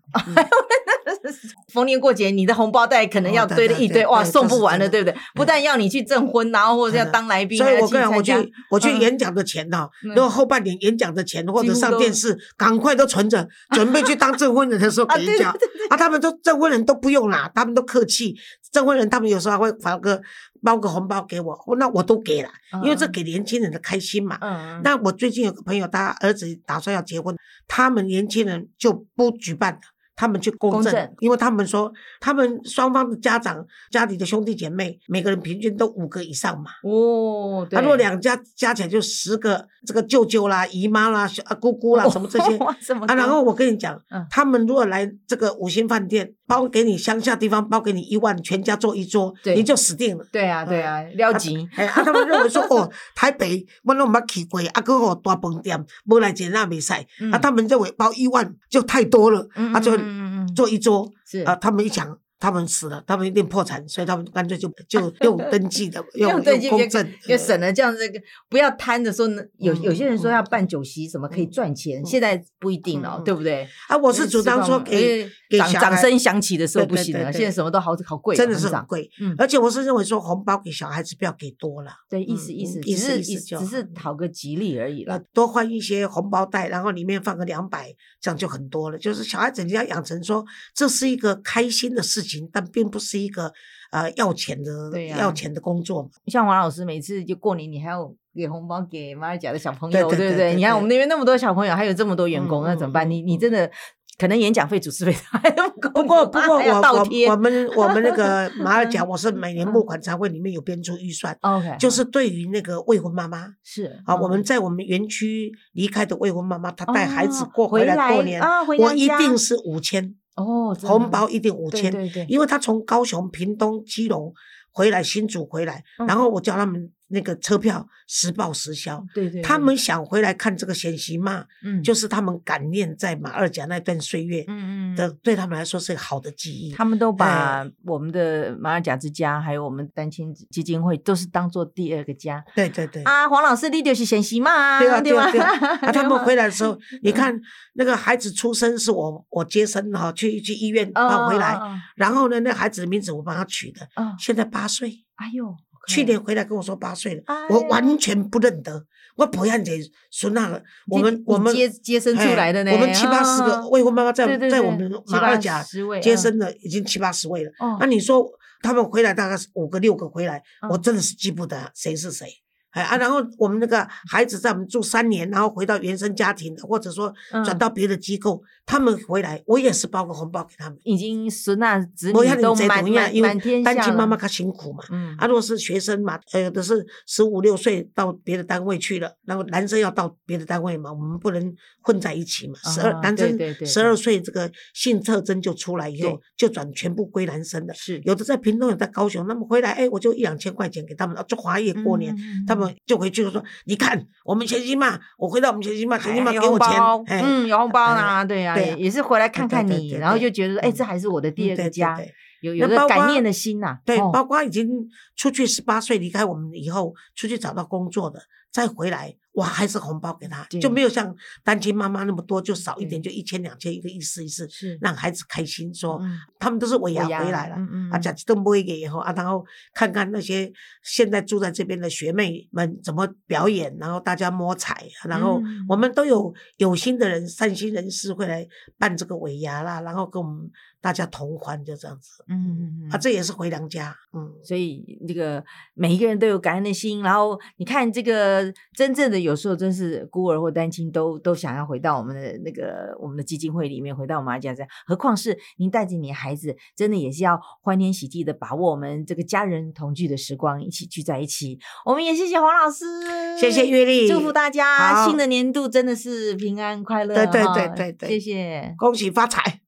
[SPEAKER 2] 逢年过节，你的红包袋可能要
[SPEAKER 1] 哦对
[SPEAKER 2] 堆了
[SPEAKER 1] 对
[SPEAKER 2] 一堆，
[SPEAKER 1] 对
[SPEAKER 2] 哇，
[SPEAKER 1] 对
[SPEAKER 2] 送
[SPEAKER 1] 这
[SPEAKER 2] 不
[SPEAKER 1] 是
[SPEAKER 2] 完了，
[SPEAKER 1] 真的
[SPEAKER 2] 对不对？不但要你去证婚，然后或者要
[SPEAKER 1] 真的
[SPEAKER 2] 当来宾，
[SPEAKER 1] 所
[SPEAKER 2] 还
[SPEAKER 1] 以
[SPEAKER 2] 要
[SPEAKER 1] 我
[SPEAKER 2] 去
[SPEAKER 1] 跟你讲，我
[SPEAKER 2] 参
[SPEAKER 1] 去我去
[SPEAKER 2] 加嗯
[SPEAKER 1] 演讲的钱呢，
[SPEAKER 2] 嗯
[SPEAKER 1] 如果后半年演讲的钱或
[SPEAKER 2] 几
[SPEAKER 1] 者
[SPEAKER 2] 乎
[SPEAKER 1] 上
[SPEAKER 2] 都
[SPEAKER 1] 电视，赶快都存
[SPEAKER 2] [laughs]
[SPEAKER 1] 着，准备去当证婚人的时候
[SPEAKER 2] 啊
[SPEAKER 1] 给
[SPEAKER 2] 对
[SPEAKER 1] 人家。啊，他们都证婚人都不用啦，他们都客气。证婚人他们有时候还会发个包个红包给我，那我都给了，因为这
[SPEAKER 2] 嗯
[SPEAKER 1] 给年轻人的开心嘛。
[SPEAKER 2] 嗯，
[SPEAKER 1] 那我最近有个朋友，他儿子打算要结婚，他们年轻人就不举办了。他们去公
[SPEAKER 2] 公
[SPEAKER 1] 证，
[SPEAKER 2] 证
[SPEAKER 1] 因为他们说，他们双方的家长、家里的兄弟姐妹，每个人平均都五个以上嘛。
[SPEAKER 2] 哦，对，
[SPEAKER 1] 啊他如果两家加起来就十个，这个舅舅啦、姨妈啦、小啊姑姑啦，什么这
[SPEAKER 2] [laughs]
[SPEAKER 1] 些
[SPEAKER 2] 哇哦什么
[SPEAKER 1] 啊。然后我跟你讲
[SPEAKER 2] 嗯，
[SPEAKER 1] 他们如果来这个五星饭店，包给你乡下地方，包给你一万，全家坐一桌，
[SPEAKER 2] 对
[SPEAKER 1] 你就死定
[SPEAKER 2] [laughs]
[SPEAKER 1] 了。
[SPEAKER 2] 对啊对啊，撩急，
[SPEAKER 1] 哎，啊，他们认为说，哦，台北我拢毋捌去过，啊，搁吼大饭店，无来钱那袂使，
[SPEAKER 2] 嗯
[SPEAKER 1] 啊，他们认为包一万就太多了，
[SPEAKER 2] 嗯
[SPEAKER 1] 啊，就
[SPEAKER 2] 嗯嗯嗯嗯
[SPEAKER 1] 坐一桌，
[SPEAKER 2] 是
[SPEAKER 1] 啊，他们一想。他们死了，他们一定破产，所以他们干脆就
[SPEAKER 2] [laughs]
[SPEAKER 1] 就用登记的，
[SPEAKER 2] 用对就
[SPEAKER 1] 公
[SPEAKER 2] 别
[SPEAKER 1] 证，
[SPEAKER 2] 就省了这样子一个，不要贪着说呢有
[SPEAKER 1] 嗯
[SPEAKER 2] 有些人说
[SPEAKER 1] 嗯
[SPEAKER 2] 要办酒席什么可以赚钱，
[SPEAKER 1] 嗯
[SPEAKER 2] 现在不一定了
[SPEAKER 1] 嗯，嗯
[SPEAKER 2] 对不对？
[SPEAKER 1] 啊，我是主
[SPEAKER 2] 吃
[SPEAKER 1] 张
[SPEAKER 2] 饭
[SPEAKER 1] 说
[SPEAKER 2] 嘛
[SPEAKER 1] 给，
[SPEAKER 2] 因为
[SPEAKER 1] 给
[SPEAKER 2] 掌
[SPEAKER 1] 小
[SPEAKER 2] 掌
[SPEAKER 1] 孩
[SPEAKER 2] 声响起的时候
[SPEAKER 1] 对
[SPEAKER 2] 不
[SPEAKER 1] 对
[SPEAKER 2] 行
[SPEAKER 1] 对
[SPEAKER 2] 了，
[SPEAKER 1] 对
[SPEAKER 2] 现在什么都好好贵，
[SPEAKER 1] 真的
[SPEAKER 2] 很
[SPEAKER 1] 是很
[SPEAKER 2] 涨
[SPEAKER 1] 贵
[SPEAKER 2] 嗯，
[SPEAKER 1] 而且我是认为说红包给小孩子不要给多了，
[SPEAKER 2] 对，意思
[SPEAKER 1] 嗯
[SPEAKER 2] 意思，
[SPEAKER 1] 嗯
[SPEAKER 2] 只
[SPEAKER 1] 意思
[SPEAKER 2] 是
[SPEAKER 1] 意思
[SPEAKER 2] 意
[SPEAKER 1] 就
[SPEAKER 2] 只是
[SPEAKER 1] 好
[SPEAKER 2] 讨个吉利而已
[SPEAKER 1] 那
[SPEAKER 2] 啦。
[SPEAKER 1] 多换一些红包袋，然后里面放个两百，这样就很多了。就是小孩子你要养成说这是一个开心的事情，但并不是一个呃要钱的、
[SPEAKER 2] 对呀
[SPEAKER 1] 要钱的工作嘛。
[SPEAKER 2] 像王老师每次就过年，你还要给红包给马尔甲的小朋友，
[SPEAKER 1] 对对
[SPEAKER 2] 对不
[SPEAKER 1] 对
[SPEAKER 2] 对？
[SPEAKER 1] 对
[SPEAKER 2] 你看
[SPEAKER 1] 对
[SPEAKER 2] 我们那边那么多小朋友，还有这么多员工，
[SPEAKER 1] 嗯
[SPEAKER 2] 那怎么办？
[SPEAKER 1] 嗯
[SPEAKER 2] 你
[SPEAKER 1] 嗯
[SPEAKER 2] 你真的可能演讲费、主持费 [laughs] 还都不够你，
[SPEAKER 1] 不过不过
[SPEAKER 2] 还要
[SPEAKER 1] 我
[SPEAKER 2] 倒
[SPEAKER 1] 我
[SPEAKER 2] 贴嗯
[SPEAKER 1] 我
[SPEAKER 2] [laughs]
[SPEAKER 1] 们我们那个马尔甲，我是每年募款常会里面有编出预算。
[SPEAKER 2] OK
[SPEAKER 1] 就是是对于那个未婚妈妈
[SPEAKER 2] 是
[SPEAKER 1] 啊，
[SPEAKER 2] 嗯
[SPEAKER 1] 我们在我们园区离开的未婚妈妈，她带孩子
[SPEAKER 2] 哦
[SPEAKER 1] 过
[SPEAKER 2] 回
[SPEAKER 1] 来过年，
[SPEAKER 2] 啊，回
[SPEAKER 1] 我
[SPEAKER 2] 娘
[SPEAKER 1] 一
[SPEAKER 2] 家
[SPEAKER 1] 定是五千
[SPEAKER 2] 哦真的
[SPEAKER 1] 红包，一定五
[SPEAKER 2] 对
[SPEAKER 1] 千，
[SPEAKER 2] 对对，
[SPEAKER 1] 因为他从高雄、屏东、基隆回来，新竹回来，
[SPEAKER 2] 嗯
[SPEAKER 1] 然后我叫他们那个车票实报实销。
[SPEAKER 2] 对对，
[SPEAKER 1] 他们想回来看这个显习嘛，
[SPEAKER 2] 嗯
[SPEAKER 1] 就是他们感念在马二甲那段岁月
[SPEAKER 2] 嗯嗯嗯
[SPEAKER 1] 的，哎对他们来说是个好的记忆。
[SPEAKER 2] 他们都把我们的马尔甲之家，还有我们单亲基金会，都是当做第二个家
[SPEAKER 1] 对对对，
[SPEAKER 2] 啊。黄老师，你就是贤媳嘛，
[SPEAKER 1] 对啊对啊
[SPEAKER 2] 吧。
[SPEAKER 1] 对啊
[SPEAKER 2] [laughs]
[SPEAKER 1] 啊，他们
[SPEAKER 2] 吧
[SPEAKER 1] 回来的时候，你看那个孩子出生是我我接生哈，去去医院抱啊回来，
[SPEAKER 2] 哦
[SPEAKER 1] 然后呢，那孩子的名字我帮他取的，
[SPEAKER 2] 哦哦，
[SPEAKER 1] 现在八岁。
[SPEAKER 2] 哎呦，
[SPEAKER 1] 去年回来跟我说八岁了，
[SPEAKER 2] 哎呀
[SPEAKER 1] 我完全不认得。我不认得孙娜了，我
[SPEAKER 2] 你
[SPEAKER 1] 们我们
[SPEAKER 2] 接接生出
[SPEAKER 1] 嘿
[SPEAKER 2] 来的呢，
[SPEAKER 1] 我们七八十个
[SPEAKER 2] 哦
[SPEAKER 1] 未婚妈妈在
[SPEAKER 2] 对对
[SPEAKER 1] 在
[SPEAKER 2] 对
[SPEAKER 1] 我们
[SPEAKER 2] 七
[SPEAKER 1] 马
[SPEAKER 2] 八
[SPEAKER 1] 二甲
[SPEAKER 2] 十位
[SPEAKER 1] 接
[SPEAKER 2] 嗯
[SPEAKER 1] 生啊的已经七八十位了。
[SPEAKER 2] 哦
[SPEAKER 1] 那你说他们回来大概是五个六个回来，我
[SPEAKER 2] 嗯
[SPEAKER 1] 真的是记不得谁是谁。哎啊，然后我们那个孩子在我们住三年，然后回到原生家庭的，或者说转
[SPEAKER 2] 嗯
[SPEAKER 1] 到别的机构，他们回来，我也是包个红包给他们。
[SPEAKER 2] 已经孙娜子
[SPEAKER 1] 我要你
[SPEAKER 2] 女都
[SPEAKER 1] 这
[SPEAKER 2] 满
[SPEAKER 1] 怎样？
[SPEAKER 2] 满
[SPEAKER 1] 因
[SPEAKER 2] 满天
[SPEAKER 1] 为
[SPEAKER 2] 下
[SPEAKER 1] 单亲妈妈
[SPEAKER 2] 了，
[SPEAKER 1] 她辛苦嘛。
[SPEAKER 2] 嗯
[SPEAKER 1] 啊，如果是学生嘛，呃，有的是十五六岁到别的单位去了，然后男生要到别的单位嘛，我们不能混在一起嘛。十二、
[SPEAKER 2] 啊
[SPEAKER 1] 男生
[SPEAKER 2] 对对对
[SPEAKER 1] 十二岁这个性特征就出来以后
[SPEAKER 2] 对，
[SPEAKER 1] 就转全部归男生的。
[SPEAKER 2] 是
[SPEAKER 1] 有的在屏东，有的在高雄，那么回来，哎，我就一两千块钱给他们，啊就华裔过年。
[SPEAKER 2] 嗯
[SPEAKER 1] 他们就回去就说：“你看，我们前妻嘛，我回到我们前妻嘛，前妻嘛
[SPEAKER 2] 哎
[SPEAKER 1] 给我钱，
[SPEAKER 2] 有红包
[SPEAKER 1] 哎，
[SPEAKER 2] 嗯，有红包啦，对呀，
[SPEAKER 1] 对啊
[SPEAKER 2] 也是回来看看
[SPEAKER 1] 对对
[SPEAKER 2] 你，
[SPEAKER 1] 对对
[SPEAKER 2] 然后就觉得，哎，
[SPEAKER 1] 嗯
[SPEAKER 2] 这还是我的第
[SPEAKER 1] 嗯对
[SPEAKER 2] 二个
[SPEAKER 1] 对
[SPEAKER 2] 家
[SPEAKER 1] 对，
[SPEAKER 2] 有
[SPEAKER 1] 那
[SPEAKER 2] 有个
[SPEAKER 1] 包括
[SPEAKER 2] 感念的心呐，
[SPEAKER 1] 对，
[SPEAKER 2] 哦
[SPEAKER 1] 包括已经出去十八岁离开我们以后，出去找到工作的，再回来，哇，还是红包给他，
[SPEAKER 2] 对
[SPEAKER 1] 就没有像单亲妈妈那么多，就少一点，
[SPEAKER 2] 对
[SPEAKER 1] 就一千两千一个意思意思，
[SPEAKER 2] 是
[SPEAKER 1] 让孩子开心说，
[SPEAKER 2] 嗯
[SPEAKER 1] 他们都是尾牙
[SPEAKER 2] 尾牙
[SPEAKER 1] 回来了，
[SPEAKER 2] 嗯嗯
[SPEAKER 1] 啊，
[SPEAKER 2] 嗯
[SPEAKER 1] 讲几顿不一给以后啊，然后看看那些现在住在这边的学妹们怎么表演，然后大家摸彩，啊然后
[SPEAKER 2] 嗯
[SPEAKER 1] 我们都有有心的人、善心人士会来办这个尾牙啦，然后跟我们大家同欢，就这样子。
[SPEAKER 2] 嗯嗯嗯
[SPEAKER 1] 啊，。这也是回娘家，嗯，
[SPEAKER 2] 所以那个每一个人都有感恩的心，然后你看这个真正的有时候真是孤儿或单亲都都想要回到我们的那个我们的基金会里面，回到我们阿家家，何况是您带着你的孩子，真的也是要欢天喜地的把握我们这个家人同聚的时光，一起聚在一起。我们也谢谢黄老师，
[SPEAKER 1] 谢谢月丽，
[SPEAKER 2] 嗯祝福大家
[SPEAKER 1] 好
[SPEAKER 2] 新的年度真的是平安快乐，
[SPEAKER 1] 对对对
[SPEAKER 2] 哈
[SPEAKER 1] 对对
[SPEAKER 2] 谢谢。
[SPEAKER 1] 恭喜发财。